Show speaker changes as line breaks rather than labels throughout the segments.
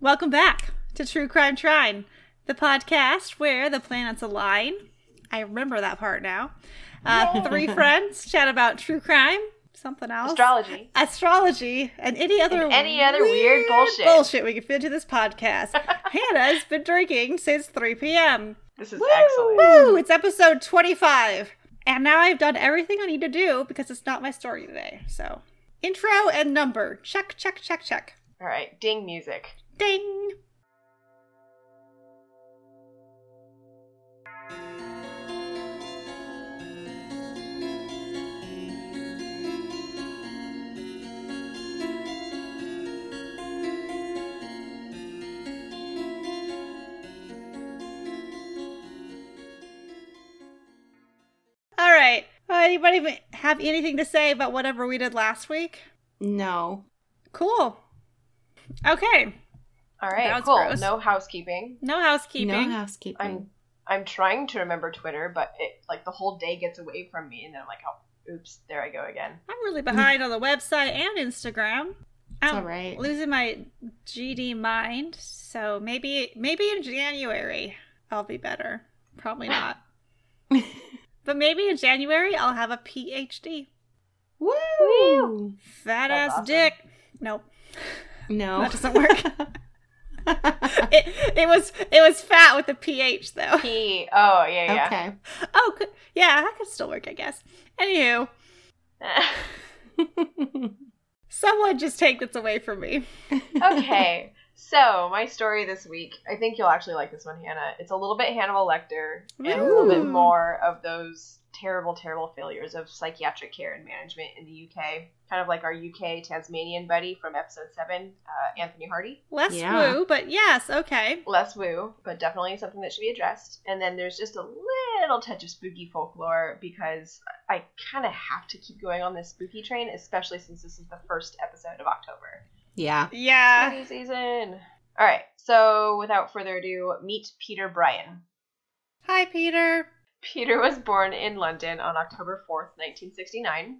Welcome back to True Crime Trine, the podcast where the planets align. I remember that part now. Uh, three friends chat about true crime, something else,
Astrology.
astrology, and any other
any other weird bullshit.
bullshit we can fit into this podcast. Hannah's been drinking since 3 p.m.
This is excellent.
Woo! It's episode 25. And now I've done everything I need to do because it's not my story today. So, intro and number. Check, check, check, check.
All right, ding music.
Ding! All right. Uh, Anybody have anything to say about whatever we did last week?
No.
Cool. Okay.
All
That
right,
was
cool.
gross.
No housekeeping.
No housekeeping.
No housekeeping.
I'm I'm trying to remember Twitter, but it like the whole day gets away from me, and then I'm like, oh, oops, there I go again.
I'm really behind on the website and Instagram.
it's
I'm
all right.
losing my GD mind, so maybe maybe in January I'll be better. Probably not. but maybe in January I'll have a PhD.
Woo!
Fat ass
That's awesome.
dick. Nope.
No.
That doesn't work. it, it was it was fat with a ph though.
P. Oh yeah yeah.
okay.
Oh c- yeah, that could still work, I guess. Anywho, someone just take this away from me.
okay. So my story this week, I think you'll actually like this one, Hannah. It's a little bit Hannibal Lecter and a little
Ooh.
bit more of those terrible, terrible failures of psychiatric care and management in the UK. Kind of like our UK Tasmanian buddy from episode seven, uh, Anthony Hardy.
Less
Yeah.
woo, but yes, okay.
Less woo, but definitely something that should be addressed. And then there's just a little touch of spooky folklore because I kind of have to keep going on this spooky train, especially since this is the first episode of October.
Yeah. Ah.
Yeah.
Spooky season. All right. So, without further ado, meet Peter Bryan.
Hi, Peter.
Peter was born in London on October 4th, 1969.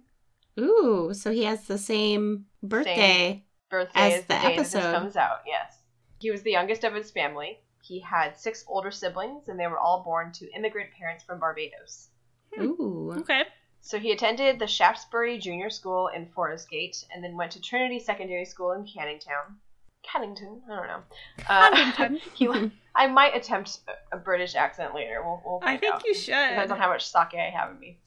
Ooh, so he has the same birthday.
Birthday
As
is the,
the
day that
episode.
this comes out. Yes. He was the youngest of his family. He had six older siblings, and they were all born to immigrant parents from Barbados.
Hmm.
Ooh.
Okay.
So he attended the Shaftesbury Junior School in Forest Gate, and then went to Trinity Secondary School in Canningtown. Cannington, I don't know. Uh,
Huntington.
he, I might attempt a- a British accent later. We'll, we'll
I
find
think
out.
you should.
Depends on how much sake I have in me.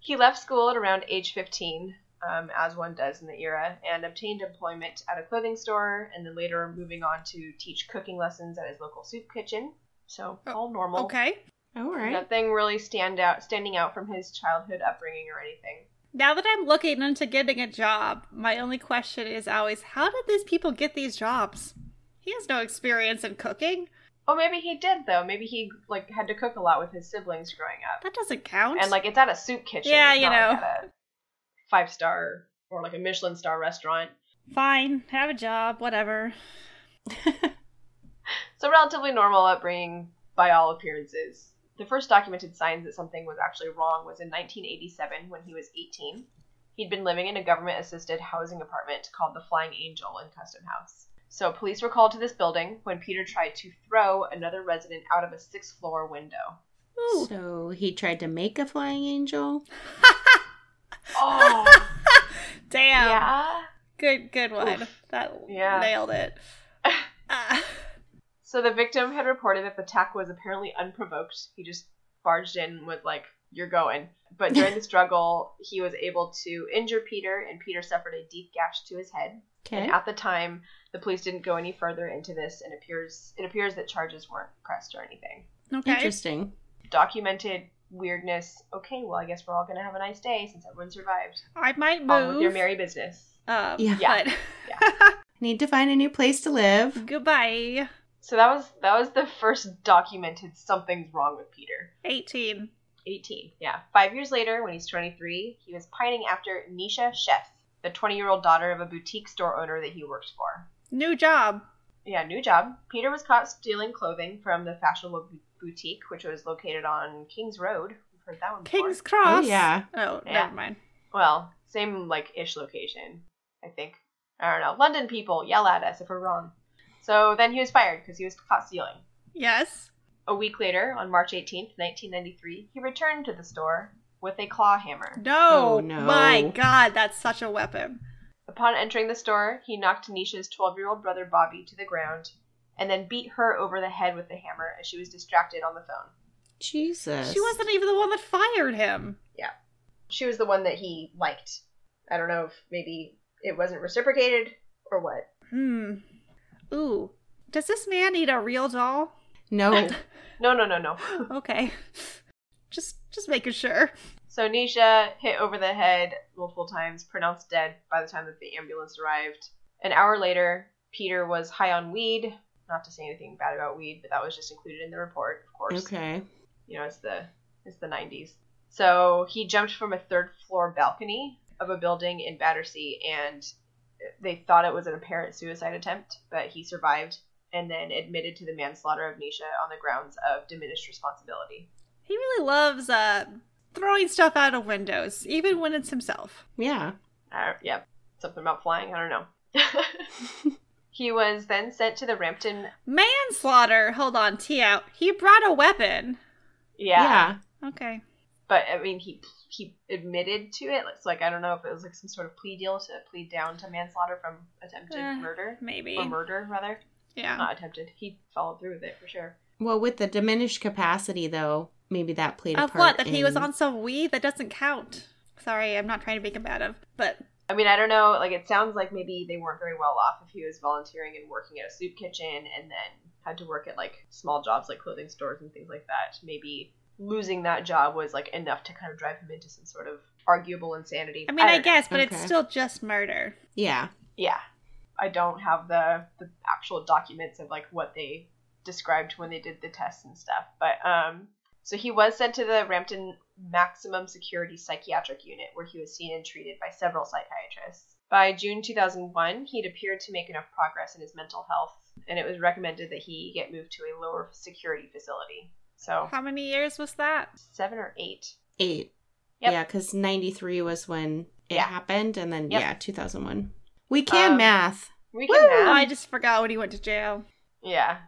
He left school at around age 15, um, as one does in the era, and obtained employment at a clothing store, and then later moving on to teach cooking lessons at his local soup kitchen. So
Oh,
all normal.
Okay.
all right.
Nothing really stand out, standing out from his childhood upbringing or anything.
Now that I'm looking into getting a job, my only question is always how did these people get these jobs? He has no experience in cooking.
Oh, maybe he did though. Maybe he like had to cook a lot with his siblings growing up,
That doesn't count.
and like it's at a soup kitchen.
Yeah,
it's
you
not, like,
know.
at a five star or like a Michelin star restaurant.
fine, have a job, whatever.
So, relatively normal upbringing by all appearances. The first documented signs that something was actually wrong was in 1987 when he was 18. He'd been living in a government assisted housing apartment called the Flying Angel in Custom House. So, police were called to this building when Peter tried to throw another resident out of a sixth floor window.
Ooh.
so he tried to make a flying angel.
Oh,
Damn.
yeah.
Good good one. That
Yeah.
nailed it. Ah.
So, the victim had reported that the attack was apparently unprovoked. He just barged in with, like, you're going. But during the struggle, he was able to injure Peter, and Peter suffered a deep gash to his head.
Okay.
And at the time, the police didn't go any further into this, and appears it appears that charges weren't pressed or anything.
okay.
Interesting.
Documented weirdness. Okay, well, I guess we're all gonna have a nice day since everyone survived.
I might
On with your
move.
merry business.
Um,
Yeah.
but-
Need to find a new place to live.
goodbye.
So that was that was the first documented something's wrong with Peter.
18.
18. Yeah. Five years later, when he's 23, he was pining after Nisha Sheff, the 20-year-old daughter of a boutique store owner that he worked for.
New job.
Yeah, new job. Peter was caught stealing clothing from the fashionable bu- boutique, which was located on Kings Road. We've heard that one before.
King's Cross.
Oh, yeah.
Oh,
Yeah.
never mind.
Well, same like ish location, I think. I don't know. London people yell at us if we're wrong. So then he was fired because he was caught stealing.
Yes.
A week later, on March 18th, 1993, he returned to the store with a claw hammer.
No.
Oh, no.
My God, that's such a weapon.
Upon entering the store, he knocked Nisha's 12 year old brother Bobby to the ground and then beat her over the head with the hammer as she was distracted on the phone.
Jesus.
She wasn't even the one that fired him.
She was the one that he liked. I don't know if maybe it wasn't reciprocated or what.
Hmm. Ooh. Does this man need a real doll?
No.
No, no, no, no.
Okay. Just just making sure.
So Nisha hit over the head multiple times, pronounced dead by the time that the ambulance arrived. An hour later, Peter was high on weed. Not to say anything bad about weed, but that was just included in the report, of course.
Okay.
You know, it's the it's the 90s. So he jumped from a third floor balcony of a building in Battersea, and they thought it was an apparent suicide attempt, but he survived and then admitted to the manslaughter of Nisha on the grounds of diminished responsibility.
He really loves uh throwing stuff out of windows, even when it's himself.
Yeah.
Uh, yeah, something about flying. I don't know. he was then sent to the Rampton.
Manslaughter. Hold on, T out. He brought a weapon.
Yeah,
Okay.
but I mean, he he admitted to it. It's like I don't know if it was like some sort of plea deal to plead down to manslaughter from attempted
Eh,
murder
Maybe.
or murder rather.
Yeah.
Not attempted. He followed through with it for sure.
Well, with the diminished capacity, though, maybe that played a
Of
part.
what? That he was
in-
on some weed that doesn't count. Sorry, I'm not trying to be combative, but
I mean, I don't know. Like it sounds like maybe they weren't very well off if he was volunteering and working at a soup kitchen and then had to work at like small jobs like clothing stores and things like that. Maybe losing that job was like enough to kind of drive him into some sort of arguable insanity.
I mean, I,
don't know.
guess, but it's
Okay.
still just murder.
Yeah.
Yeah, I don't have the the actual documents of like what they described when they did the tests and stuff. But um, so he was sent to the Rampton Maximum Security Psychiatric Unit, where he was seen and treated by several psychiatrists. By June 2001, he'd appeared to make enough progress in his mental health, and it was recommended that he get moved to a lower security facility. So
How many years was that?
seven or eight.
Eight.
Yep.
Yeah, because 93 was when it
Yeah.
happened, and then,
Yep.
yeah, 2001. We can
Um,
math.
We can
Oh,
math.
I just forgot when he went to jail.
Yeah.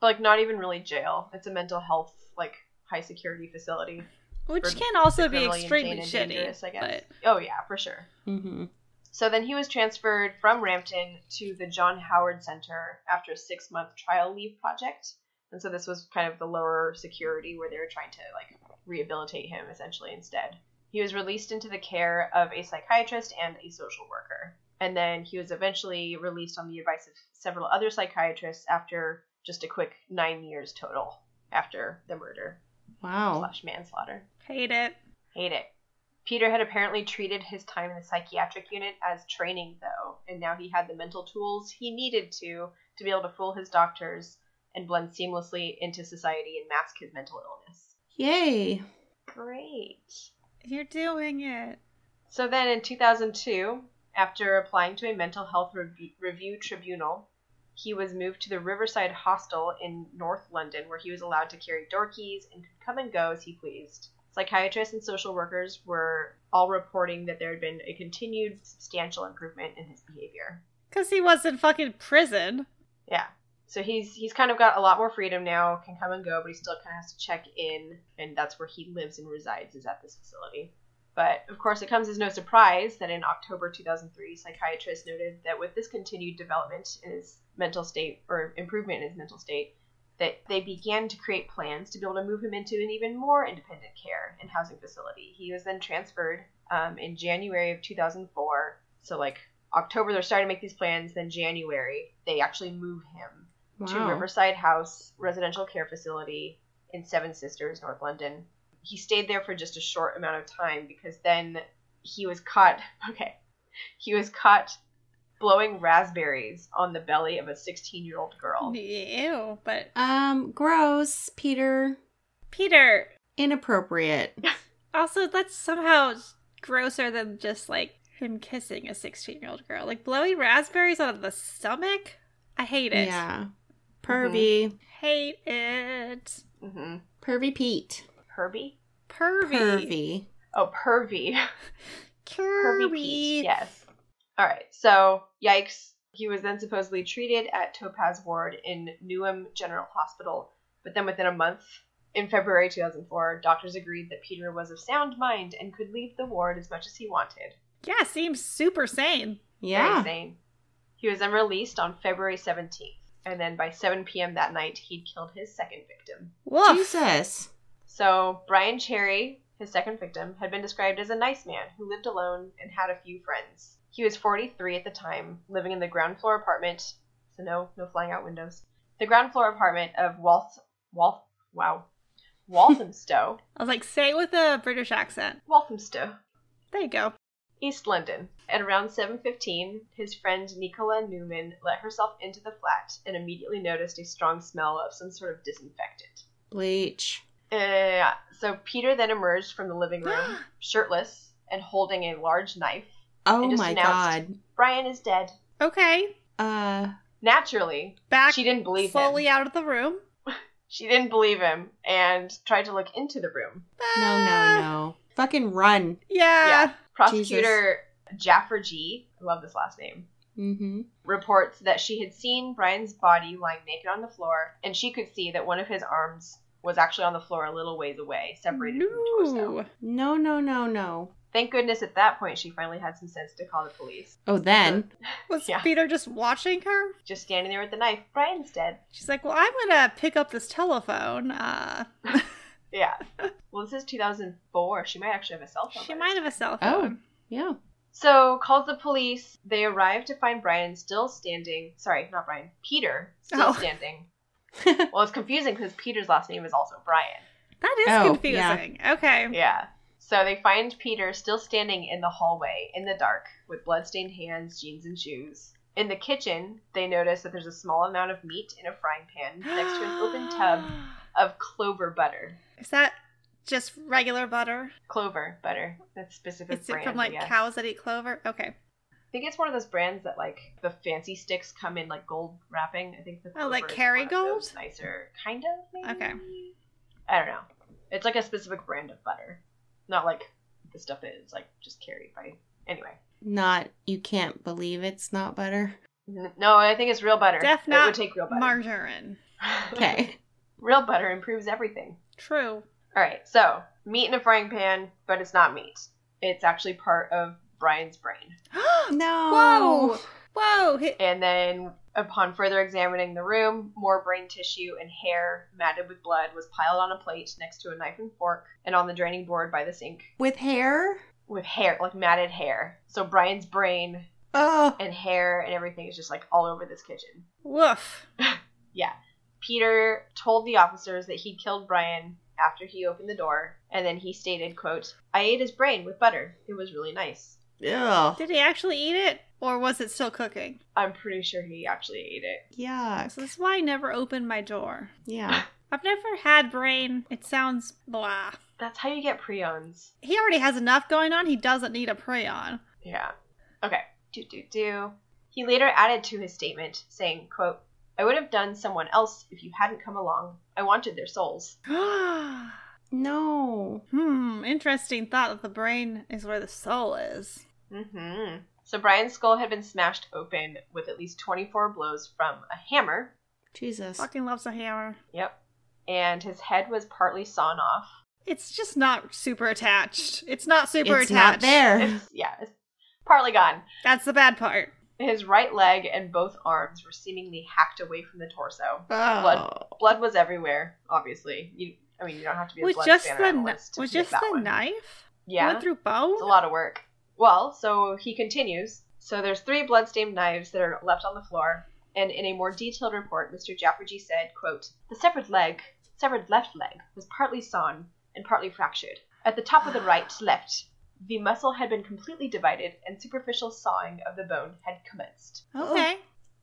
But like not even really jail. It's a mental health like high security facility.
Which
For
can also be
criminally
extremely
insane and
shitty.
dangerous, I guess.
But
Oh yeah, for sure.
Mm-hmm.
So then he was transferred from Rampton to the John Howard Center after a six month trial leave project. And so this was kind of the lower security where they were trying to like rehabilitate him essentially instead. He was released into the care of a psychiatrist and a social worker. And then he was eventually released on the advice of several other psychiatrists after just a quick nine years total after the murder
Oh.
Wow.
slash manslaughter.
hate it.
Hate it. Peter had apparently treated his time in the psychiatric unit as training, though, and now he had the mental tools he needed to to be able to fool his doctors and blend seamlessly into society and mask his mental illness.
Yay.
Great.
You're doing it.
So then in 2002, after applying to a mental health rev- review tribunal, he was moved to the Riverside Hostel in North London, where he was allowed to carry door keys and could come and go as he pleased. Psychiatrists and social workers were all reporting that there had been a continued substantial improvement in his behavior.
Because he was in fucking prison.
Yeah. So he's he's kind of got a lot more freedom now, can come and go, but he still kind of has to check in, and that's where he lives and resides is at this facility. But of course, it comes as no surprise that in October 2003, psychiatrists noted that with this continued development in his mental state or improvement in his mental state, that they began to create plans to be able to move him into an even more independent care and housing facility. He was then transferred um, in January of 2004. So like October, they're starting to make these plans. Then January, they actually move him to
Wow.
Riverside House Residential Care Facility in Seven Sisters, North London. He stayed there for just a short amount of time because then he was caught. Okay. He was caught blowing raspberries on the belly of a 16 year old girl.
Ew. But
Um, gross, Peter.
Peter,
Inappropriate.
also, that's somehow grosser than just like him kissing a 16 year old girl. Like blowing raspberries out of the stomach? I hate it. Mm-hmm.
Yeah. Pervy.
Hate it.
hmm
Pervy Pete.
Herbie?
Pervy.
Pervy.
Oh, pervy.
Curvy.
Herbie Peach. Yes. All right. So, yikes. He was then supposedly treated at Topaz Ward in Newham General Hospital, but then within a month, in February 2004, doctors agreed that Peter was of sound mind and could leave the ward as much as he wanted.
Yeah, seems super sane.
Very
Yeah.
sane. He was then released on February 17th, and then by 7 p.m. that night, he'd killed his second victim.
Woof.
Jesus.
So, Brian Cherry, his second victim, had been described as a nice man who lived alone and had a few friends. He was 43 at the time, living in the ground floor apartment, so no, no flying out windows. The ground floor apartment of Walth, Walth, wow, Walthamstow,
I was like, say it with a British accent.
Walthamstow,
There you go.
East London. At around 7:15, his friend Nicola Newman let herself into the flat and immediately noticed a strong smell of some sort of disinfectant.
Bleach.
Uh, so Peter then emerged from the living room, shirtless and holding a large knife.
Oh
just
my
announced- Brian is dead.
Okay.
god. Uh
Naturally,
Back
she didn't believe
slowly
him.
out of the room.
She didn't believe him and tried to look into the room.
no no no. Fucking run.
Ah, Yeah.
Prosecutor Jaffer G, I love this last name.
Mm-hmm.
reports that she had seen Brian's body lying naked on the floor, and she could see that one of his arms was actually on the floor a little ways away, separated from the torso.
No.
No no no no.
Thank goodness at that point she finally had some sense to call the police.
Oh then.
Was
Yeah.
Peter just watching her?
Just standing there with the knife, Brian's dead.
She's like, well, I'm gonna pick up this telephone. Uh,
Yeah. well, this is 2004. She might actually have a cell phone.
she
by
might have a cell
Oh.
phone.
Yeah.
So calls the police. They arrive to find Brian still standing. Sorry, not Brian. Peter still
Oh.
standing. Well, it's confusing because Peter's last name is also Brian.
That is
Oh,
confusing. Okay.
Yeah. So they find Peter still standing in the hallway in the dark with bloodstained hands, jeans, and shoes. In the kitchen, they notice that there's a small amount of meat in a frying pan next to an open tub of clover butter.
Is that just regular butter?
Clover butter. That's a specific
Is
brand.
it from
I
like
guess.
cows that eat clover? Okay.
I think it's one of those brands that like the fancy sticks come in like gold wrapping. I think the
Oh, like
Clover is one of
Kerrygold?
those Nicer, kind of. Maybe?
Okay.
I don't know. It's like a specific brand of butter, not like the stuff that is like just carried by. Anyway.
Not you can't believe it's not butter.
N- No, I think it's real butter.
Def
It
not
would take real butter.
Margarine.
Okay.
real butter improves everything.
True.
All right, so meat in a frying pan, but it's not meat. It's actually part of Brian's brain.
no.
Whoa. Whoa. Hi-
And then, upon further examining the room, more brain tissue and hair matted with blood was piled on a plate next to a knife and fork, and on the draining board by the sink
With hair?
with hair, like matted hair. So Brian's brain
Oh.
and hair and everything is just like all over this kitchen.
Woof.
Peter told the officers that he killed Brian after he opened the door, and then he stated, quote, I ate his brain with butter. It was really nice.
Ugh.
Did he actually eat it, or was it still cooking?
I'm pretty sure he actually ate it.
Yuck.
So this is why I never opened my door.
Yeah.
I've never had brain. It sounds blah.
That's how you get prions.
He already has enough going on. He doesn't need a prion.
Yeah. Okay. Do do do. He later added to his statement, saying, quote, I would have done someone else if you hadn't come along. I wanted their souls.
hmm,
No.
interesting thought that the brain is where the soul is.
Mm-hmm. So Brian's skull had been smashed open with at least 24 blows from a hammer,
Jesus.
Fucking loves a hammer.
Yep. And his head was partly sawn off.
It's just not super attached. It's not super
it's not
attached.
there.
It's, yeah, it's partly gone.
That's the bad part.
His right leg and both arms were seemingly hacked away from the torso.
Oh.
Blood was everywhere, obviously. You, I mean, you don't have to be a
Was
blood
just
spanner
the kn-
analyst to
was
get
just
that
the
one.
knife
Yeah,
went through
it's a
bone.
lot of work. Well, so he continues. So there's three bloodstained knives that are left on the floor, and in a more detailed report, Mr. Jaffergy said, quote, The severed leg, severed left leg, was partly sawn and partly fractured. At the top of the right left, the muscle had been completely divided, and superficial sawing of the bone had commenced.
Okay.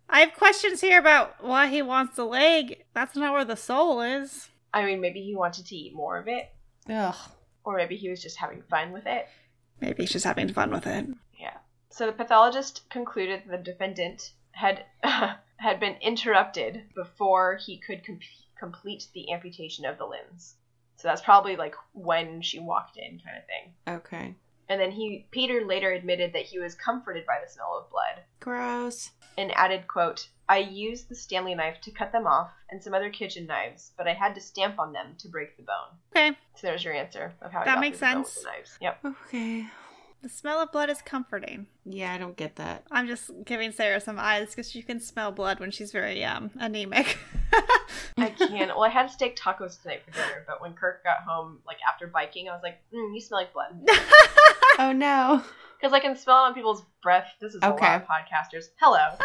I have questions here about why he wants the leg. That's not where the soul is.
I mean, maybe he wanted to eat more of it,
Ugh.
or maybe he was just having fun with it.
Maybe he's just having fun with it.
Yeah. So the pathologist concluded that the defendant had had been interrupted before he could com- complete the amputation of the limbs. So that's probably like when she walked in, kind of thing.
Okay.
And then he Peter later admitted that he was comforted by the smell of blood
Gross.
and added, quote, I used the Stanley knife to cut them off and some other kitchen knives, but I had to stamp on them to break the bone.
Okay.
So there's your answer of how he
That
got
makes
through the bone with
sense.
the knives. Yep.
Okay.
The smell of blood is comforting.
Yeah, I don't get that.
I'm just giving Sarah some eyes because she can smell blood when she's very um anemic.
I can. Well, I had steak tacos tonight for dinner, but when Kirk got home, like after biking, I was like, mm, "You smell like blood,"
Oh no.
because I can smell it on people's breath. This is a
Okay.
lot of podcasters. Hello,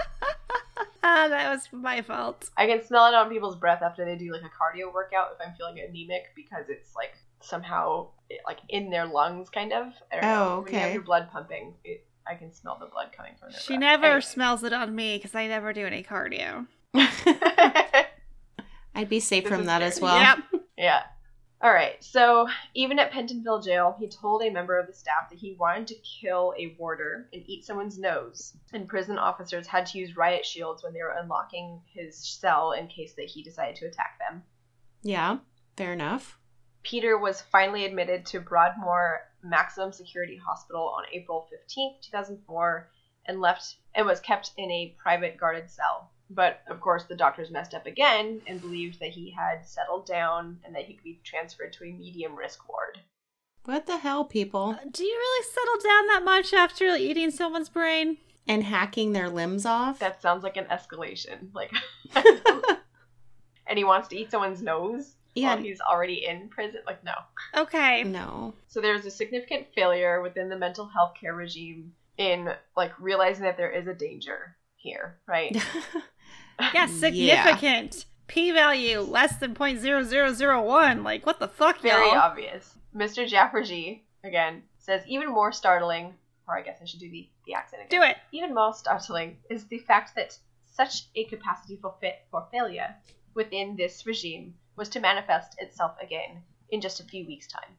ah, that was my fault.
I can smell it on people's breath after they do like a cardio workout if I'm feeling anemic because it's like somehow like in their lungs, kind of. I don't know.
Oh,
When you have
okay.
your blood pumping, it, I can smell the blood coming from their
She
breath.
never smells it on me because I never do any cardio.
Anyway.
I'd be safe
This
from
is
that
fair.
as well.
Yep.
Yeah. All right. So even at Pentonville Jail, he told a member of the staff that he wanted to kill a warder and eat someone's nose. And prison officers had to use riot shields when they were unlocking his cell in case that he decided to attack them.
Yeah. Fair enough.
Peter was finally admitted to Broadmoor Maximum Security Hospital on April 15, 2004, and left and was kept in a private guarded cell. But of course, the doctors messed up again and believed that he had settled down and that he could be transferred to a medium risk ward.
What the hell, people?
Do you really settle down that much after eating someone's brain?
And hacking their limbs off?
That sounds like an escalation. Like, and he wants to eat someone's nose
Yeah.
while he's already in prison. Like, no.
Okay.
No.
So there's a significant failure within the mental health care regime in like realizing that there is a danger here, right?
Yeah,
Yeah.
Mm, significant. P value less than 0.0001. Like, what the fuck,
Very
y'all?
obvious. Mr. Jaffergy, again, says even more startling, or I guess I should do the, the accent again.
Do it.
Even more startling is the fact that such a capacity for fit for failure within this regime was to manifest itself again in just a few weeks' time.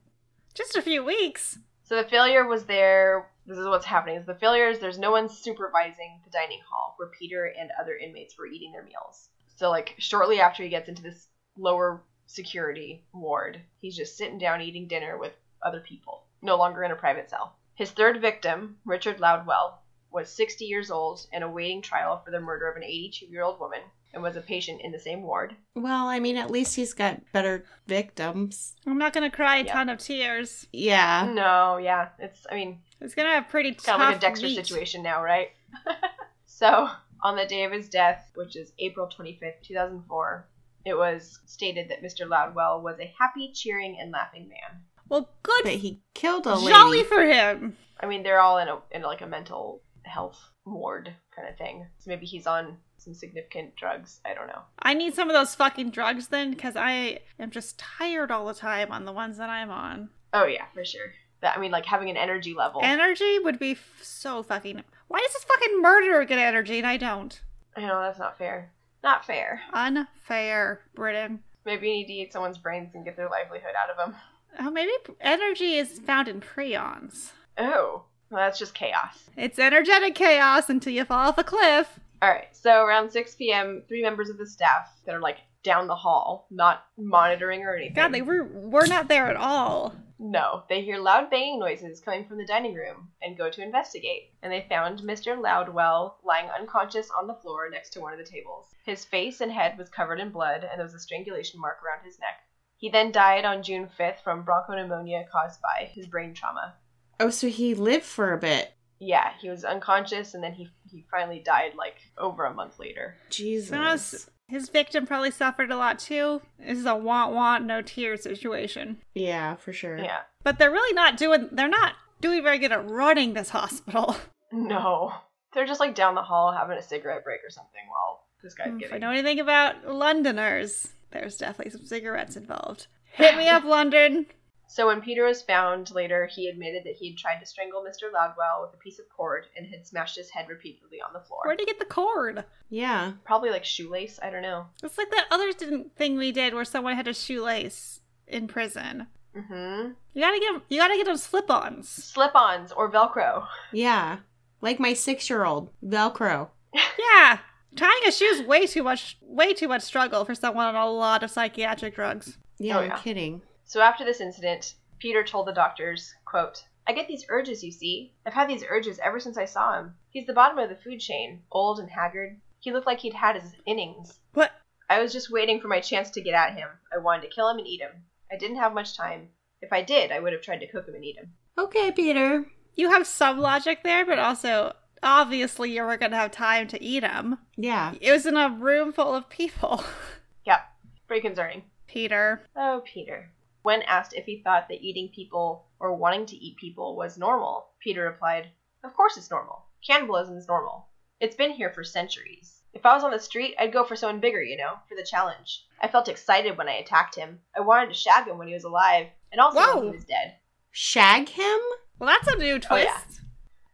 Just a few weeks.
So the failure was there. This is what's happening. Is the failure is there's no one supervising the dining hall where Peter and other inmates were eating their meals. So like shortly after he gets into this lower security ward, he's just sitting down eating dinner with other people, no longer in a private cell. His third victim, Richard Loudwell, was 60 years old and awaiting trial for the murder of an 82-year-old woman and was a patient in the same ward.
Well, I mean, at least he's got better victims.
I'm not going to cry a
Yeah.
ton of tears.
Yeah.
No, yeah, it's I mean,
It's going to have pretty
kind
tough
of like a Dexter
week.
situation now, right? so, on the day of his death, which is April 25th, 2004, it was stated that Mr. Loudwell was a happy, cheering, and laughing man.
Well, good.
But he killed a lady.
Jolly for him.
I mean, they're all in a in like a mental health ward kind of thing. So maybe he's on some significant drugs. I don't know.
I need some of those fucking drugs then, because I am just tired all the time on the ones that I'm on.
Oh yeah, for sure. That I mean, like having an energy level.
Energy would be f- so fucking. Why does this fucking murderer get energy and I don't?
I know that's not fair. Not fair.
Unfair, Britain.
Maybe you need to eat someone's brains and get their livelihood out of them.
Oh, maybe p- energy is found in prions.
Oh, well, that's just chaos.
It's energetic chaos until you fall off a cliff.
All right, so around 6 p.m., three members of the staff that are like down the hall, not monitoring or anything.
God, they were we're not there at all.
No, they hear loud banging noises coming from the dining room and go to investigate. And they found Mr. Loudwell lying unconscious on the floor next to one of the tables. His face and head was covered in blood, and there was a strangulation mark around his neck. He then died on June 5th from bronchopneumonia caused by his brain trauma.
Oh, so he lived for a bit.
Yeah, he was unconscious, and then he he finally died like over a month later.
Jesus.
So now s- his victim probably suffered a lot too. This is a want want no tears situation.
Yeah, for sure.
Yeah.
But they're really not doing they're not doing very good at running this hospital.
No. They're just like down the hall having a cigarette break or something while this guy's
Mm, If I
getting.
know anything about Londoners, there's definitely some cigarettes involved. Hit me up, London.
So when Peter was found later, he admitted that he had tried to strangle Mr. Loudwell with a piece of cord and had smashed his head repeatedly on the floor.
Where'd you get the cord?
Yeah.
Probably like shoelace, I don't know.
It's like that other didn't thing we did where someone had a shoelace in prison.
Mm-hmm.
You gotta get you gotta get them slip-ons.
Slip-ons or Velcro.
Yeah. Like my six year old, Velcro.
Yeah, tying a shoe is way too much, way too much struggle for someone on a lot of psychiatric drugs.
Yeah,
Oh,
I'm
yeah.
kidding.
So after this incident, Peter told the doctors, quote, I get these urges, you see. I've had these urges ever since I saw him. He's the bottom of the food chain, old and haggard. He looked like he'd had his innings.
What?
I was just waiting for my chance to get at him. I wanted to kill him and eat him. I didn't have much time. If I did, I would have tried to cook him and eat him.
Okay, Peter.
You have some logic there, but also obviously you were going to have time to eat him.
Yeah.
It was in a room full of people.
Yeah, pretty concerning.
Peter.
Oh, Peter. When asked if he thought that eating people or wanting to eat people was normal, Peter replied, Of course it's normal. Cannibalism's normal. It's been here for centuries. If I was on the street, I'd go for someone bigger, you know, for the challenge. I felt excited when I attacked him. I wanted to shag him when he was alive, and also
Whoa.
when he was dead.
Shag him?
Well, that's a new twist.
Oh, yeah.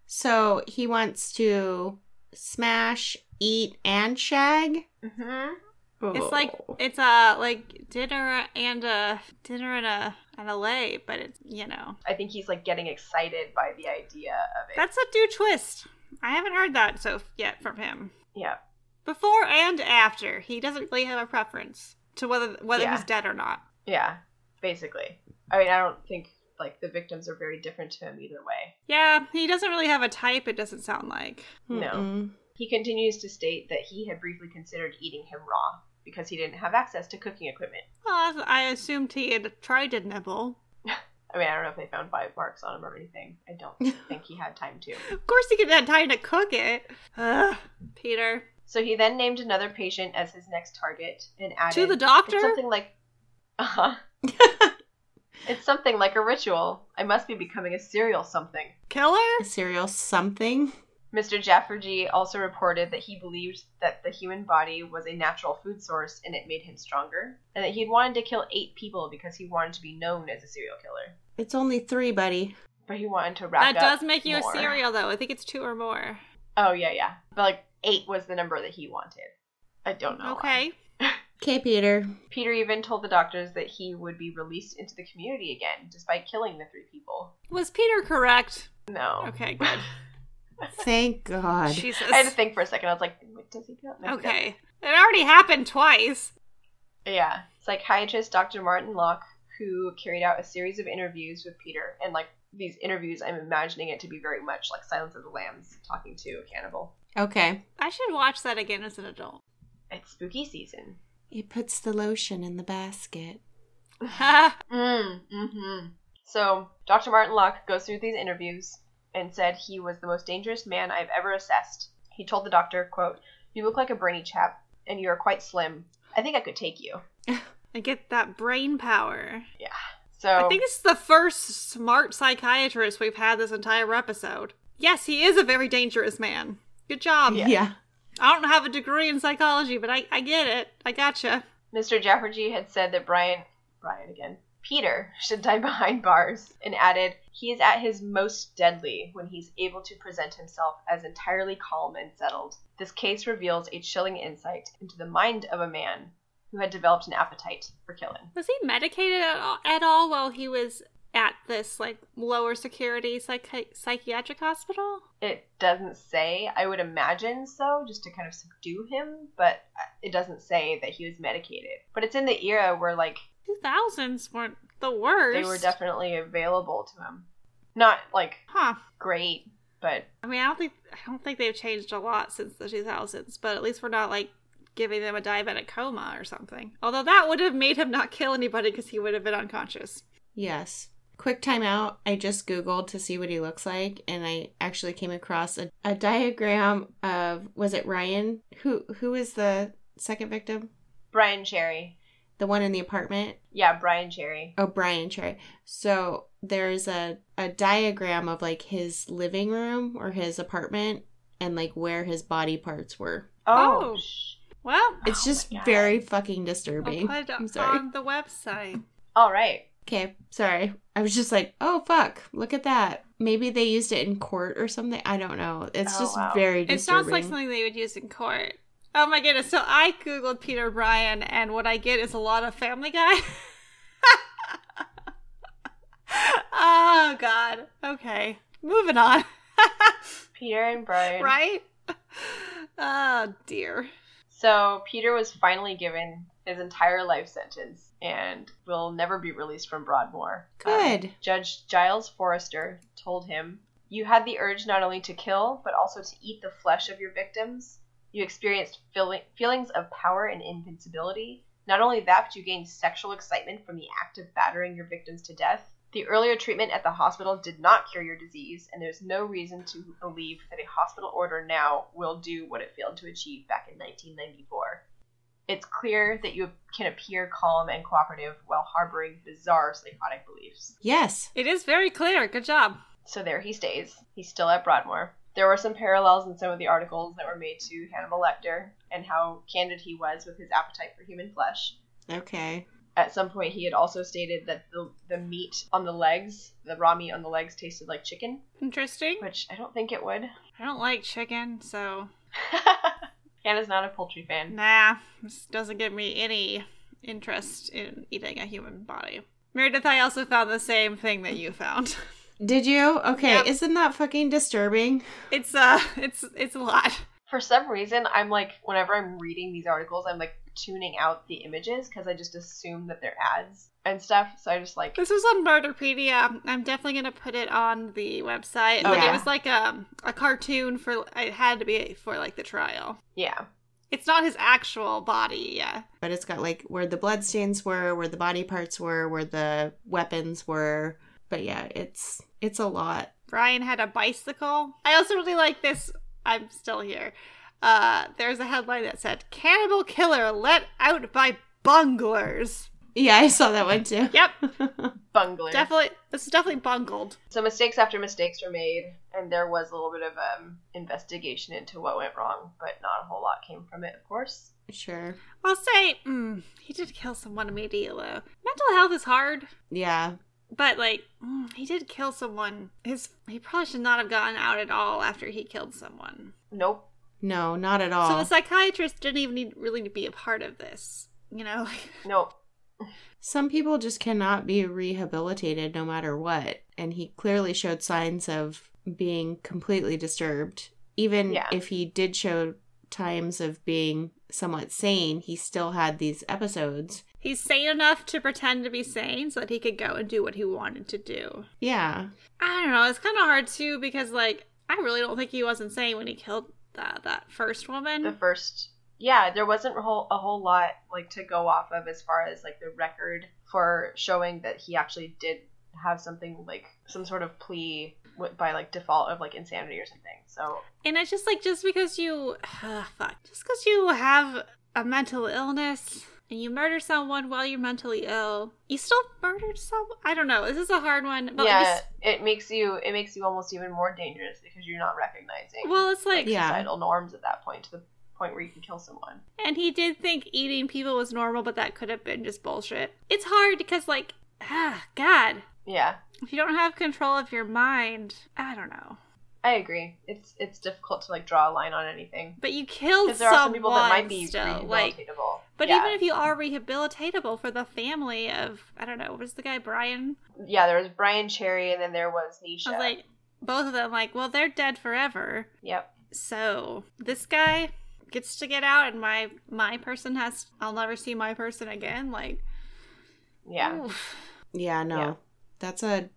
So he wants to smash, eat, and shag?
Mm-hmm.
It's like
Oh.
it's a like dinner and a dinner and a and a lay, but it's you know
I think he's like getting excited by the idea of it.
that's a new twist. I haven't heard that so yet from him.
yeah.
Before and after, he doesn't really have a preference to whether whether
Yeah.
he's dead or not.
Yeah. Basically. I mean, I don't think like the victims are very different to him either way.
Yeah, he doesn't really have a type. It doesn't sound like.
No.
Mm-mm.
He continues to state that he had briefly considered eating him raw because he didn't have access to cooking equipment.
Well, I assumed he had tried to nibble.
I mean, I don't know if they found bite marks on him or anything. I don't think he had time to.
Of course, he could have time to cook it. Ugh, Peter
So he then named another patient as his next target and added
to the doctor.
It's something like, uh huh. it's something like a ritual. I must be becoming a serial something.
Killer.
A cereal something?
Mr. Jaffergy also reported that he believed that the human body was a natural food source and it made him stronger, and that he'd wanted to kill eight people because he wanted to be known as a serial killer.
It's only three, buddy.
But he wanted to wrap
That
up
does make you
more.
a serial, though. I think it's two or more.
Oh yeah, yeah. But like eight was the number that he wanted. I don't know. why.
Okay.
Okay, Peter.
Peter even told the doctors that he would be released into the community again, despite killing the three people.
Was Peter correct?
No.
Okay, good.
Thank God.
Jesus.
I had to think for a second. I was like, what does he kill? No, he doesn't.
Okay. It already happened twice.
Yeah. Psychiatrist Dr. Martin Locke, who carried out a series of interviews with Peter, and like these interviews, I'm imagining it to be very much like Silence of the Lambs talking to a cannibal.
Okay.
I should watch that again as an adult.
It's spooky season.
He puts the lotion in the basket.
Ha.
Mm, mm-hmm. So Dr. Martin Locke goes through these interviews and said he was the most dangerous man I've ever assessed. He told the doctor, quote, You look like a brainy chap, and you are quite slim. I think I could take you.
I get that brain power.
So
I think this is the first smart psychiatrist we've had this entire episode. Yes, he is a very dangerous man. Good job.
Yeah.
I don't have a degree in psychology, but I, I get it. I gotcha.
Mr. Jaffergy had said that Brian, Brian again, Peter should die behind bars, and added, he is at his most deadly when he's able to present himself as entirely calm and settled. This case reveals a chilling insight into the mind of a man who had developed an appetite for killing.
Was he medicated at all, at all while he was at this like lower security psychi- psychiatric hospital?
It doesn't say, I would imagine so, just to kind of subdue him, but it doesn't say that he was medicated. But it's in the era where, like,
2000s weren't the worst.
they were definitely available to him. Not, like,
Huh.
great, but
I mean, I don't think I don't think they've changed a lot since the 2000s, but at least we're not like giving them a diabetic coma or something. Although that would have made him not kill anybody because he would have been unconscious.
Yes. Quick timeout. I just Googled to see what he looks like, and I actually came across a, a diagram of was it Ryan? Who who is the second victim?
Brian Cherry.
The one in the apartment?
Yeah, Brian Cherry.
Oh, Brian Cherry. So there's a, a diagram of like his living room or his apartment and like where his body parts were.
Oh.
Oh, sh
Well,
It's
Oh my
just
God.
very fucking
I'll
disturbing.
put it
I'm sorry.
on the website.
all right.
Okay, sorry. I was just like, oh fuck, look at that. Maybe they used it in court or something. I don't know. It's
Oh,
just
wow.
very disturbing.
It sounds like something they would use in court. Oh my goodness! So I googled Peter Bryan, and what I get is a lot of Family Guy. oh God. Okay, moving on.
Peter and Brian.
right? Oh dear.
So Peter was finally given his entire life sentence and will never be released from Broadmoor. Um,
Good.
Judge Giles Forrester told him, You had the urge not only to kill, but also to eat the flesh of your victims. You experienced feel- feelings of power and invincibility. Not only that, but you gained sexual excitement from the act of battering your victims to death. The earlier treatment at the hospital did not cure your disease, and there's no reason to believe that a hospital order now will do what it failed to achieve back in 1994. It's clear that you can appear calm and cooperative while harboring bizarre psychotic beliefs.
Yes.
It is very clear. Good job.
So there he stays. He's still at Broadmoor. There were some parallels in some of the articles that were made to Hannibal Lecter and how candid he was with his appetite for human flesh.
Okay.
At some point, he had also stated that the, the meat on the legs, the raw meat on the legs, tasted like chicken,
Interesting.
which I don't think it would.
I don't like chicken, so
Hannah's not a poultry fan.
nah, this doesn't give me any interest in eating a human body. Meredith, I also found the same thing that you found.
Did you? Okay.
Yep.
Isn't that fucking disturbing?
It's uh, it's it's a lot.
For some reason, I'm like, whenever I'm reading these articles, I'm like tuning out the images because I just assume that they're ads and stuff. So I just like,
This was on Murderpedia. I'm definitely gonna put it on the website.
Oh,
but it
yeah.
was like a a cartoon for. It had to be for like the trial.
yeah.
It's not his actual body. Yeah,
But it's got like where the bloodstains were, where the body parts were, where the weapons were. But yeah, it's it's a lot.
Brian had a bicycle. I also really like this. I'm still here. Uh, there's a headline that said "Cannibal Killer Let Out by Bunglers."
Yeah, I saw that one too.
Yep,
Bungler.
definitely. This is definitely bungled.
So mistakes after mistakes were made, and there was a little bit of um, investigation into what went wrong, but not a whole lot came from it, of course.
Sure.
I'll say mm, he did kill someone immediately. Mental health is hard.
Yeah.
But like, mm, he did kill someone. His he probably should not have gotten out at all after he killed someone.
Nope.
No, not at
So
all.
the psychiatrist didn't even need really be a part of this. You know,
Nope.
Some people just cannot be rehabilitated no matter what. And he clearly showed signs of being completely disturbed. Even
Yeah.
if he did show times of being somewhat sane, he still had these episodes.
he's sane enough to pretend to be sane so that he could go and do what he wanted to do.
Yeah.
I don't know. It's kind of hard too because like I really don't think he was insane when he killed that that first woman.
The first, yeah, there wasn't a whole, a whole lot like to go off of as far as like the record for showing that he actually did have something like some sort of plea wi- by like default of like insanity or something. So
And it's just like just because you ugh, fuck, just because you have a mental illness and you murder someone while you're mentally ill, you still murdered someone. I don't know. This is a hard one. But
yeah,
it's-
it makes you it makes you almost even more dangerous because you're not recognizing
well, it's like,
Yeah.
societal norms at that point to the point where you can kill someone.
and he did think eating people was normal, but that could have been just bullshit. It's hard because like, ah, God,
Yeah.
if you don't have control of your mind, I don't know.
I agree. It's it's difficult to like draw a line on anything
But you killed
because there are some
someone
people that might be
still,
rehabilitatable.
like. But
yeah.
even if you are rehabilitatable for the family of, I don't know, was the guy Brian?
yeah, there was Brian Cherry and then there was Nisha.
I was like, both of them, like, well, they're dead forever.
yep,
So this guy gets to get out, and my my person has. I'll never see my person again. Like,
yeah.
oof.
Yeah, no.
Yeah.
That's a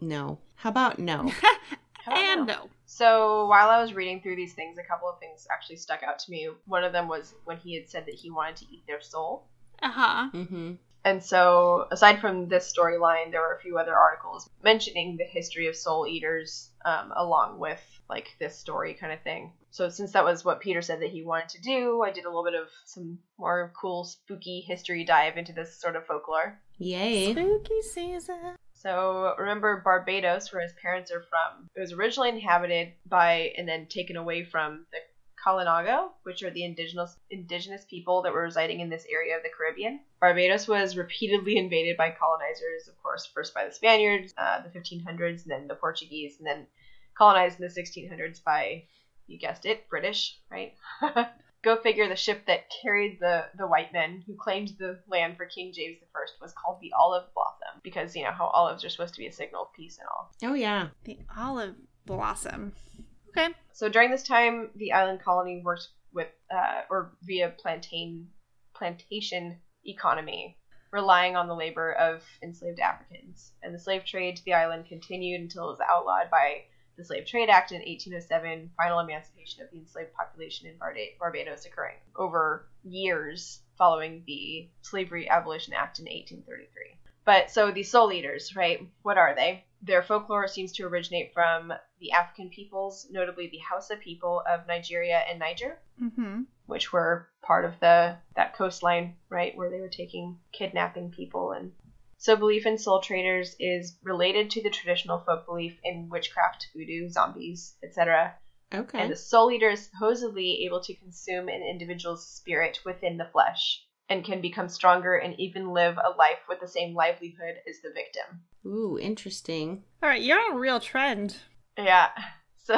no. How about no?
I don't
and
know.
no.
so while I was reading through these things, a couple of things actually stuck out to me. One of them was when he had said that he wanted to eat their soul.
Uh huh.
mm-hmm.
And so, aside from this storyline, there were a few other articles mentioning the history of soul eaters, um, along with like this story kind of thing. So, since that was what Peter said that he wanted to do, I did a little bit of some more cool, spooky history dive into this sort of folklore.
Yay.
Spooky season.
So, remember Barbados, where his parents are from, it was originally inhabited by and then taken away from the Kalinago, which are the indigenous indigenous people that were residing in this area of the Caribbean. Barbados was repeatedly invaded by colonizers, of course, first by the Spaniards, uh, the 1500s, and then the Portuguese, and then colonized in the 1600s by, you guessed it, British, right? Go figure. The ship that carried the the white men who claimed the land for King James I was called the Olive Blossom because you know how olives are supposed to be a signal of peace and all.
Oh yeah.
The olive blossom. Okay.
So during this time, the island colony worked with uh, or via plantain plantation economy, relying on the labor of enslaved Africans. And the slave trade to the island continued until it was outlawed by the Slave Trade Act in 1807, final emancipation of the enslaved population in Barda- Barbados occurring over years following the Slavery Abolition Act in 1833. But so these soul eaters, right? What are they? Their folklore seems to originate from the African peoples, notably the Hausa people of Nigeria and Niger,
Mm-hmm.
which were part of the that coastline, right, where they were taking kidnapping people and so belief in soul traders is related to the traditional folk belief in witchcraft, voodoo, zombies, etc.
Okay.
And the soul eater is supposedly able to consume an individual's spirit within the flesh and can become stronger and even live a life with the same livelihood as the victim.
Ooh, interesting.
All right, you're on a real trend.
Yeah. So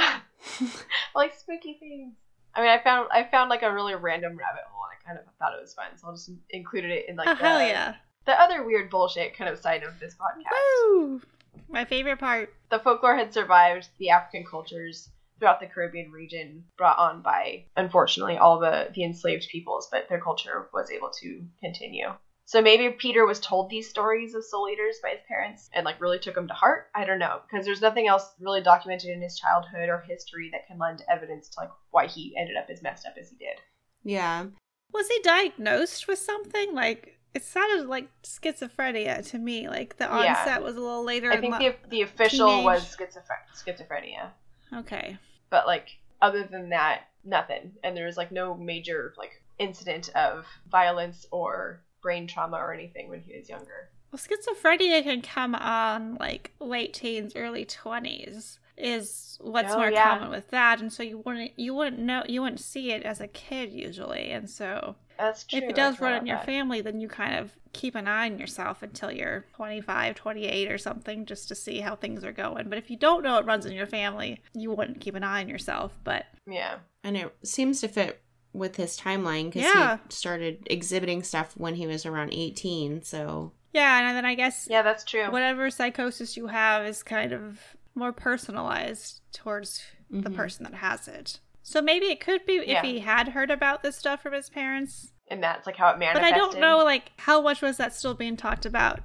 like spooky things. I mean, I found I found like a really random rabbit hole, and I kind of thought it was fun, so I just included it in like
oh,
the,
hell yeah.
the other weird bullshit kind of side of this podcast.
Woo! My favorite part.
The folklore had survived the African cultures throughout the Caribbean region, brought on by, unfortunately, all the, the enslaved peoples, but their culture was able to continue. So maybe Peter was told these stories of soul eaters by his parents and like really took them to heart. I don't know because there's nothing else really documented in his childhood or history that can lend evidence to like why he ended up as messed up as he did.
Yeah.
Was he diagnosed with something? Like, it sounded like schizophrenia to me. Like, the
Yeah.
onset was a little later.
I
in
think
li-
the, the official
teenage-
was schizophren- schizophrenia,
Okay.
but like other than that, nothing. And there was like no major like incident of violence or brain trauma or anything when he was younger.
Well, schizophrenia can come on like late teens, early twenties is what's
Oh,
more
yeah.
common with that, and so you wouldn't you wouldn't know you wouldn't see it as a kid usually, and so
That's true.
if
I
it does
forgot
run in your
about that.
family, then you kind of keep an eye on yourself until you're 25, 28 or something just to see how things are going. But if you don't know it runs in your family, you wouldn't keep an eye on yourself, but
yeah,
And it seems to fit with his timeline because
Yeah.
he started exhibiting stuff when he was around 18. So,
yeah, and then I guess
yeah, that's true.
whatever psychosis you have is kind of more personalized towards the
Mhm.
person that has it. Mm-hmm. So maybe it could be
Yeah.
if he had heard about this stuff from his parents.
and that's like how it
But
manifested.
I don't know like how much was that still being talked about.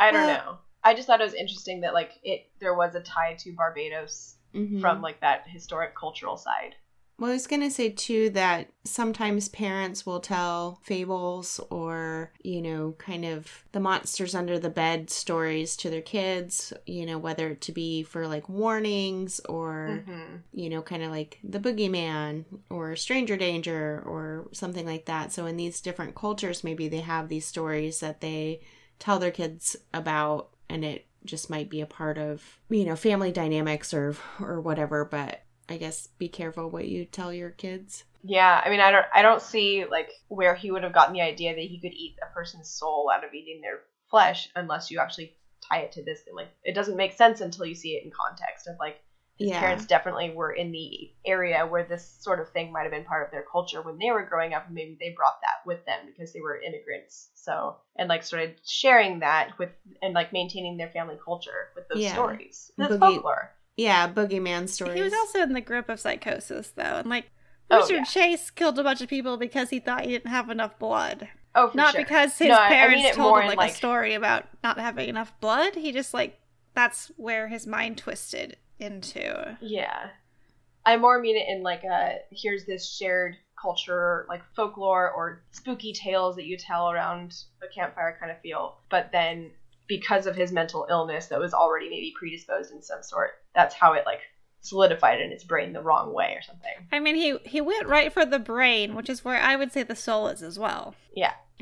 I don't
Well-
know. I just thought it was interesting that like it there was a tie to Barbados
Hmm.
Mhm.
from like that historic cultural side.
Well, I was going to say too that sometimes parents will tell fables or, you know, kind of the monsters under the bed stories to their kids, you know, whether to be for like warnings
Mm-hmm.
or,
hmm
you know, kind of like the boogeyman or stranger danger or something like that. So in these different cultures, maybe they have these stories that they tell their kids about and it just might be a part of, you know, family dynamics or or whatever, but I guess be careful what you tell your kids.
Yeah, I mean, I don't, I don't see like where he would have gotten the idea that he could eat a person's soul out of eating their flesh unless you actually tie it to this. Like, it doesn't make sense until you see it in context of like his
Yeah.
parents definitely were in the area where this sort of thing might have been part of their culture when they were growing up, and maybe they brought that with them because they were immigrants. So and like started sharing that with and like maintaining their family culture with those
Yeah.
stories. That's
Boogie-
folklore.
Yeah, boogeyman stories.
He was also in the grip of psychosis though, and like
Oh,
Richard
yeah.
Chase killed a bunch of people because he thought he didn't have enough blood.
Oh, for
not
sure.
because his
No, I- I mean
parents
it
told
more
him
in,
like,
like-
a story about not having enough blood. He just like that's where his mind twisted into.
Yeah. I more mean it in like a here's this shared culture, like folklore or spooky tales that you tell around a campfire kind of feel. But then because of his mental illness that was already maybe predisposed in some sort, that's how it like solidified in his brain the wrong way or something.
I mean, he he went right for the brain, which is where I would say the soul is as well.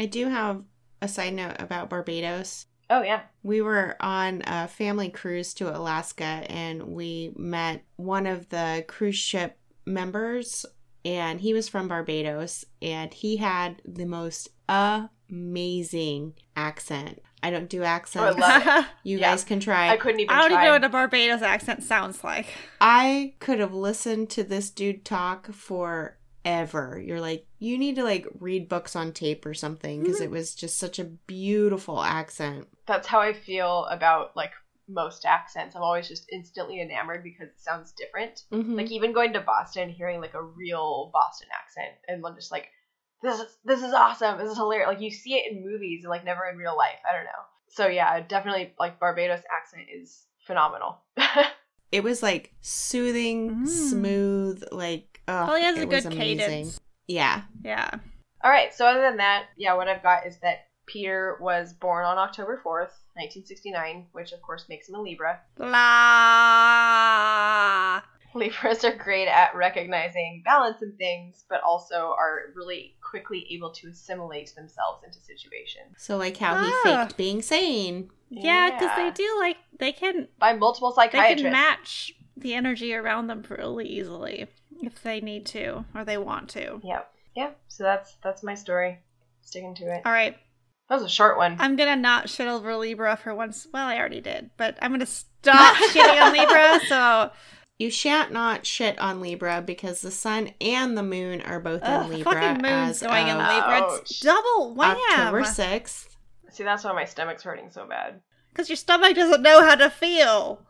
I do have a side note about Barbados.
Oh yeah.
We were on a family cruise to Alaska and we met one of the cruise ship members and he was from Barbados and he had the most amazing accent. I don't do accents.
Oh, I love it.
I
You
Yeah.
guys can try.
I couldn't even
don't even
try.
know what a Barbados accent sounds like.
I could have listened to this dude talk forever. You're like, you need to like read books on tape or
Mm-hmm.
something because it was just such a beautiful accent.
that's how I feel about like most accents. I'm always just instantly enamored because it sounds different.
Mhm.
Like even going to Boston, hearing like a real Boston accent, and I'm just like, this is this is awesome. This is hilarious. Like you see it in movies, and like never in real life. I don't know. So yeah, definitely like Barbados accent is phenomenal.
it was like soothing,
Mm.
smooth, like oh,
Probably has
it
a
was
good
amazing.
cadence.
Yeah.
Yeah.
All right. So other than that, yeah, what I've got is that Peter was born on October fourth, 1969, which of course makes him a Libra.
La.
Libras are great at recognizing balance in things, but also are really quickly able to assimilate themselves into situations.
So like how he
Ah.
faked being sane.
Yeah, because
Yeah.
they do like they can
By multiple
they
psychiatrists.
can match the energy around them really easily if they need to or they want to.
Yep. Yeah. So that's that's my story. Sticking to it.
All right,
That was a short one.
I'm gonna not shit over Libra for once. Well, I already did, but I'm gonna stop shitting on Libra. So
You shan't not shit on Libra because the sun and the moon are both
Ugh,
in
the
Libra.
fucking moon's
as
going in
of
Libra. It's
Ouch.
double
October
wham
sixth.
See, that's why my stomach's hurting so bad.
because your stomach doesn't know how to feel.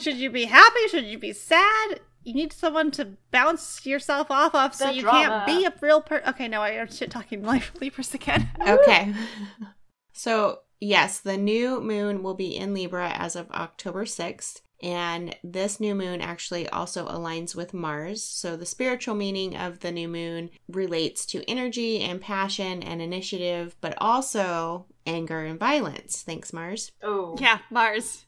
Should you be happy? Should you be sad? You need someone to bounce yourself off of so
The
you
drama.
can't be a real person. Okay, no, I am shit talking life Libras again.
Okay. so, yes, the new moon will be in Libra as of October 6th. And this new moon actually also aligns with Mars. So, the spiritual meaning of the new moon relates to energy and passion and initiative, but also anger and violence. Thanks, Mars.
Oh.
Yeah, Mars.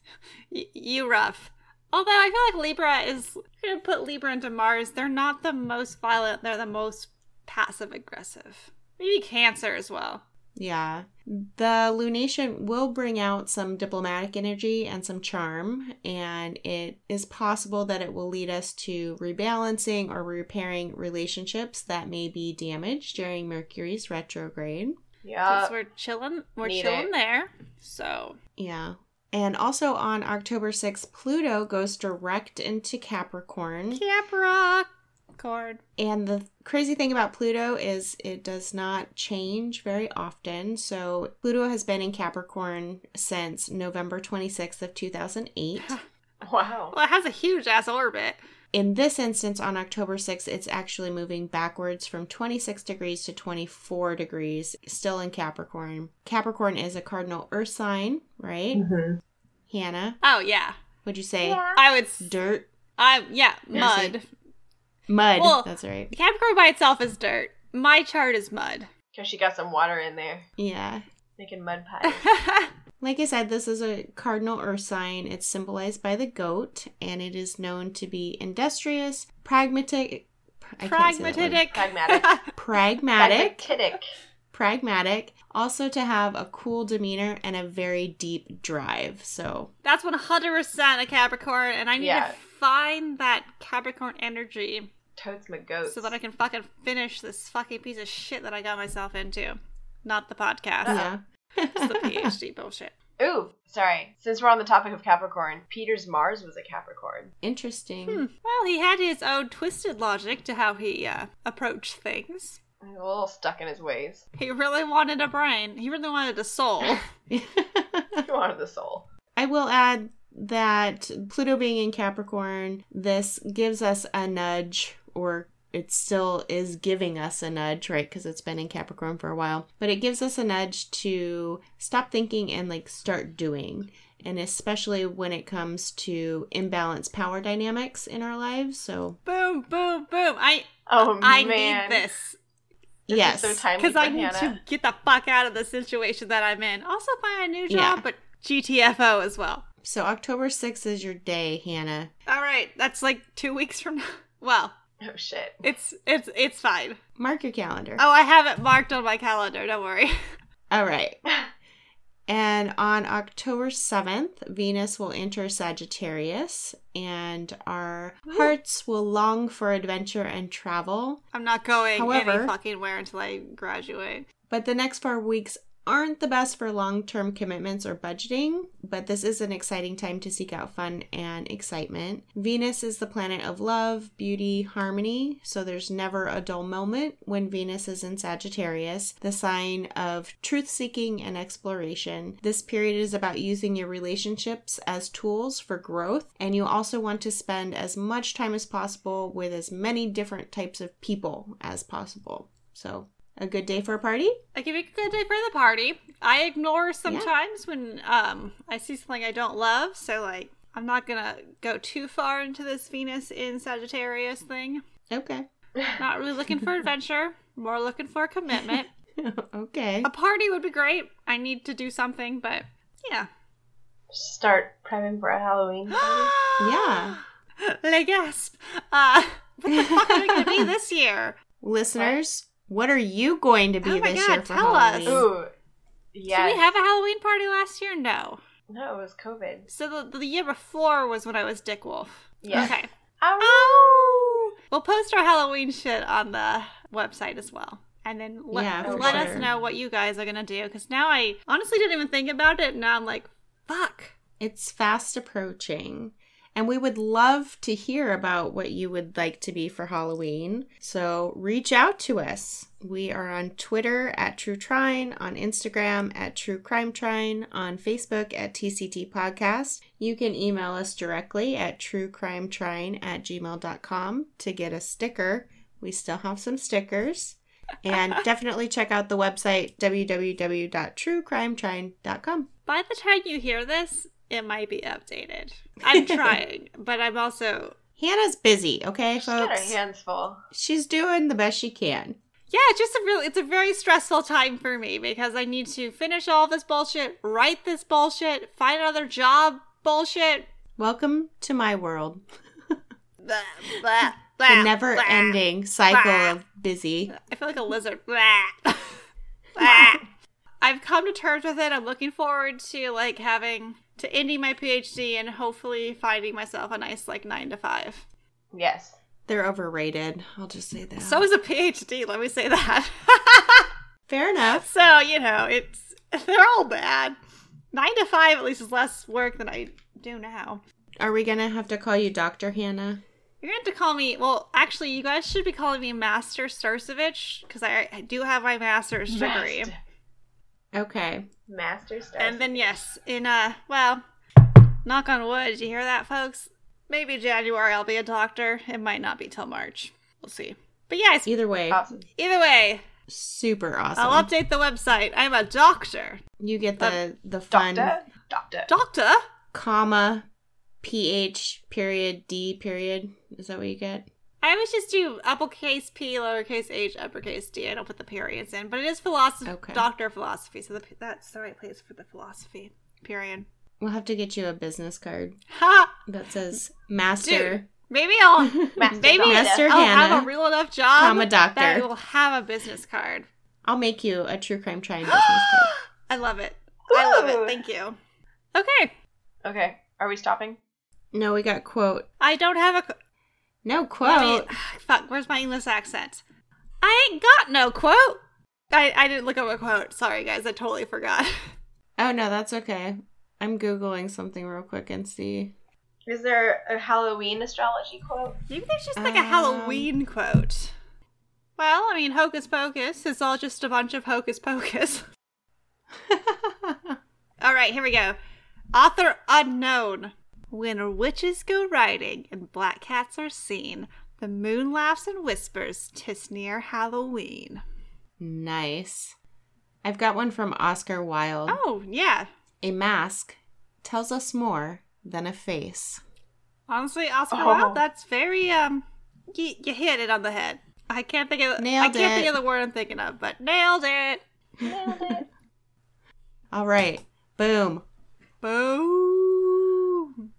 Y- you rough. Although I feel like Libra is I'm gonna put Libra into Mars. They're not the most violent. They're the most passive aggressive. Maybe Cancer as well.
Yeah. The lunation will bring out some diplomatic energy and some charm, and it is possible that it will lead us to rebalancing or repairing relationships that may be damaged during Mercury's retrograde.
Because
Yeah.
we're chilling. We're
need
chilling
it.
there. So
Yeah. And also on October 6th, Pluto goes direct into Capricorn.
Capricorn.
And the crazy thing about Pluto is it does not change very often. So Pluto has been in Capricorn since November 26th of 2008.
Wow.
Well, it has a huge ass orbit.
in this instance on October 6th, it's actually moving backwards from 26 degrees to 24 degrees, still in Capricorn. Capricorn is a cardinal earth sign, right?
Mm-hmm.
Hannah,
Oh Mm. yeah.
would you say
I would. s-
dirt,
I yeah.
Yes,
Mud.
mud?
Well-
That's right.
Capricorn by itself is dirt. My chart is mud.
Because she got some water in there,
Yeah.
making mud pies.
Like I said, this is a cardinal earth sign. It's symbolized by the goat, and it is known to be industrious, pragmatic, I can't say that
Pragmatic.
word.
Pragmatic.
pragmatic,
Titic.
pragmatic, also to have a cool demeanor and a very deep drive. So,
That's one hundred percent a Capricorn, and I need
Yeah.
to find that Capricorn energy
Totes my goats.
so that I can fucking finish this fucking piece of shit that I got myself into. Not the podcast.
yeah.
It's the PhD bullshit.
Ooh, sorry. Since we're on the topic of Capricorn, Peter's Mars was a Capricorn.
Interesting.
Hmm. Well, he had his own twisted logic to how he uh, approached things.
He's a little stuck in his ways.
He really wanted a brain. He really wanted a soul. Hmm.
He wanted the soul.
I will add that Pluto being in Capricorn, this gives us a nudge, or it still is giving us a nudge, right? Because it's been in Capricorn for a while, but it gives us a nudge to stop thinking and like start doing. And especially when it comes to imbalanced power dynamics in our lives. So,
boom, boom, boom. I
Oh
I
man,
need this.
This
yes.
is so timely
Because
for
I need
Hannah.
to get the fuck out of the situation that I'm in. Also find a new job,
Yeah.
but GTFO as well.
so, October 6th is your day, Hannah.
All right, that's like two weeks from now. Well,
Oh shit.
it's it's it's fine.
Mark your calendar.
Oh, I have it marked on my calendar. Don't worry.
All right. And on October 7th, Venus will enter Sagittarius, and our hearts will long for adventure and travel.
I'm not going
However-
any fucking where until I graduate.
But the next four weeks aren't the best for long term commitments or budgeting, but this is an exciting time to seek out fun and excitement. Venus is the planet of love, beauty, harmony, so there's never a dull moment when Venus is in Sagittarius, the sign of truth seeking and exploration. This period is about using your relationships as tools for growth, and you also want to spend as much time as possible with as many different types of people as possible. So, a good day for a party?
I give it a good day for the party. I ignore sometimes when um I see something I don't love, so like I'm not gonna go too far into this Venus in Sagittarius thing.
Okay.
Not really looking for adventure, more looking for commitment.
okay.
a party would be great. I need to do something, but yeah.
Start prepping for a Halloween. party.
yeah.
Yeah.
Le gasp. Uh, what the fuck are we gonna be this year?
Listeners, what are you going to be
Oh my
this
God,
year for
tell us.
Halloween?
Ooh,
Did
yeah.
we have a Halloween party last year? No.
no, it was COVID.
So the, the year before was when I was Dick Wolf.
Yes.
Okay. Oh!
Ow.
We'll post our Halloween shit on the website as well. And then let,
Yeah,
for
let
sure.
us know what you guys are going to do. Because now I honestly didn't even think about it. Now I'm like, fuck.
It's fast approaching. And we would love to hear about what you would like to be for Halloween. So reach out to us. We are on Twitter at True Trine, on Instagram at True Crime Trine, on Facebook at TCT Podcast. You can email us directly at truecrimetrine at gmail.com to get a sticker. We still have some stickers. And definitely check out the website www.truecrimetrine.com.
By the time you hear this, it might be updated. I'm trying, but I'm also,
Hannah's busy, okay,
She's got her
folks?
hands full.
She's doing the best she can.
yeah, it's just a real, it's a very stressful time for me because I need to finish all this bullshit, write this bullshit, find another job bullshit.
Welcome to my world.
Blah, blah,
The
blah,
never
blah.
ending cycle
blah.
of busy.
I feel like a lizard. Blah. Blah. I've come to terms with it. I'm looking forward to like having to ending my PhD and hopefully finding myself a nice like nine to five.
Yes.
They're overrated. I'll just say that.
So is a PhD. Let me say that.
fair enough.
so you know, it's they're all bad. Nine to five at least is less work than I do now.
Are we gonna have to call you Doctor Hannah?
You're going to call me. Well, actually, you guys should be calling me Master Starsevich because I, I do have my master's degree.
Master,
Okay.
Master Star.
And then yes, in uh well, knock on wood, you hear that folks? Maybe January I'll be a doctor. It might not be till March. We'll see. But yes,
Either way,
awesome.
either way,
super awesome.
Uh, I'll update the website. I'm a doctor.
you get the the fun
Doctor. Doctor.
Doctor?
comma ph period d period. Is that what you get?
I always just do uppercase P, lowercase h, uppercase d. I don't put the periods in, but it is philosophy,
Okay.
doctor of philosophy. So the, that's the right place for the philosophy period.
We'll have to get you a business card
Ha!
that says Master
Maybe I'll
Master
Maybe
Doctor.
Master
I'll have
Hannah,
a real enough job
comma doctor.
that I will have a business card.
I'll make you a true crime trying business card.
I love it. I love
Ooh.
it. Thank you. Okay.
Okay. Are we stopping?
No, we got quote.
I don't have a.
No quote.
Quote. fuck, where's my English accent? I ain't got no quote. I, I didn't look up a quote. Sorry, guys. I totally forgot.
Oh no, that's okay. I'm googling something real quick and see.
Is there a Halloween astrology quote?
Maybe there's just like a
Um.
Halloween quote. Well, I mean, hocus pocus is all just a bunch of hocus pocus. All right, here we go. Author unknown. When witches go riding and black cats are seen, the moon laughs and whispers, "Tis near Halloween."
nice. I've got one from Oscar Wilde.
Oh yeah,
A mask tells us more than a face.
honestly, Oscar
Oh.
Wilde. That's very um, you, you hit it on the head. I can't think of I
Nailed
can't think
it.
of the word I'm thinking of, but nailed it.
All right. Boom.
Boom.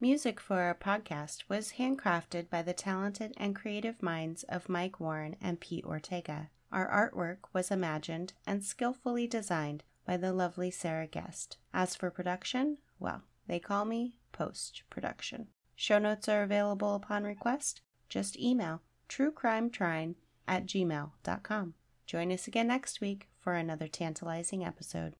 Music for our podcast was handcrafted by the talented and creative minds of Mike Warren and Pete Ortega. Our artwork was imagined and skillfully designed by the lovely Sarah Guest. As for production, well, they call me post production. Show notes are available upon request. Just email truecrimetrine at gmail.com. Join us again next week for another tantalizing episode.